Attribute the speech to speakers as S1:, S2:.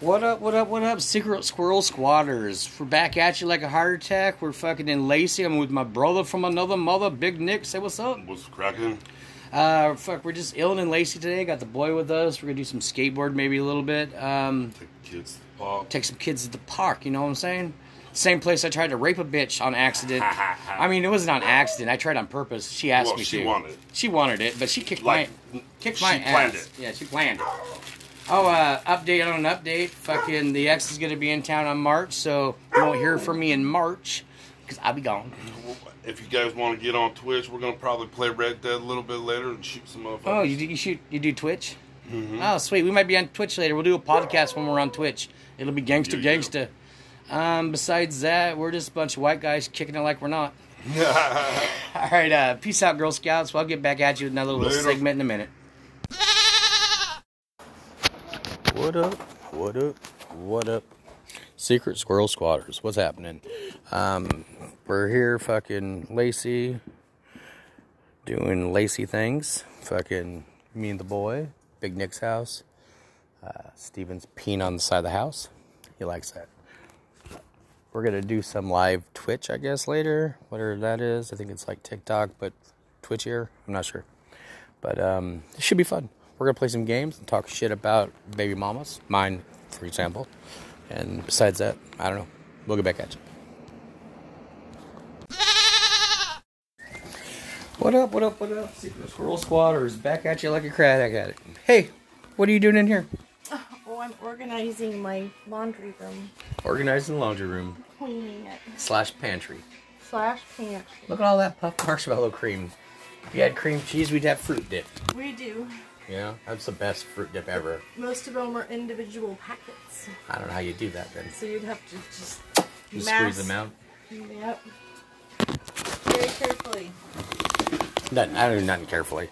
S1: What up, what up, what up, Secret Squirrel Squatters? We're back at you like a heart attack. We're fucking in Lacey. I'm with my brother from another mother, Big Nick. Say what's up.
S2: What's cracking?
S1: Uh, fuck, we're just ill and Lacey today. Got the boy with us. We're gonna do some skateboard maybe a little bit. Um,
S2: The kids pop.
S1: take some kids to the park, you know what I'm saying? Same place I tried to rape a bitch on accident. I mean, it wasn't on accident. I tried on purpose. She asked
S2: Well,
S1: me
S2: she
S1: to.
S2: wanted it.
S1: She wanted it, but she kicked
S2: Like,
S1: my kicked
S2: she
S1: my
S2: planned
S1: ass.
S2: it.
S1: Yeah, she planned it. Oh, uh, update on an update. Fucking the ex is gonna be in town on March, so you won't hear from me in March because I'll be gone.
S2: If you guys want to get on Twitch, we're gonna probably play Red Dead a little bit later and shoot some motherfuckers.
S1: Oh, you, do- you shoot you do Twitch? Oh, sweet. We might be on Twitch later. We'll do a podcast when we're on Twitch. It'll be gangster
S2: Yeah, yeah.
S1: gangsta. Um, besides that, we're just a bunch of white guys kicking it like we're not. All right, uh, peace out, Girl Scouts. Well, I'll get back at you with another little
S2: Later.
S1: segment in a minute. What up? What up? What up? Secret Squirrel Squatters. What's happening? Um, we're here, fucking Lacey, doing Lacey things. Fucking me and the boy, Big Nick's house. Uh, Steven's peeing on the side of the house. He likes that. We're gonna do some live Twitch, I guess, later. Whatever that is, I think it's like TikTok, but Twitchier. I'm not sure, but um, it should be fun. We're gonna play some games and talk shit about baby mamas, mine, for example. And besides that, I don't know. We'll get back at you. What up? What up? What up? Secret Squirrel Squatters back at you like a crack at it. Hey, what are you doing in here?
S3: Oh, I'm organizing my laundry room,
S1: Organizing laundry room
S3: cleaning it,
S1: slash pantry.
S3: slash pantry.
S1: Look at all that puff marshmallow cream. If you had cream cheese, we'd have fruit dip.
S3: We do.
S1: Yeah, that's the best fruit dip ever.
S3: Most of them are individual packets,
S1: I don't know how you do that then.
S3: so you'd have to just,
S1: You
S3: mass-
S1: squeeze them out.
S3: Yep. Very carefully.
S1: Nothing, I don't do nothing carefully.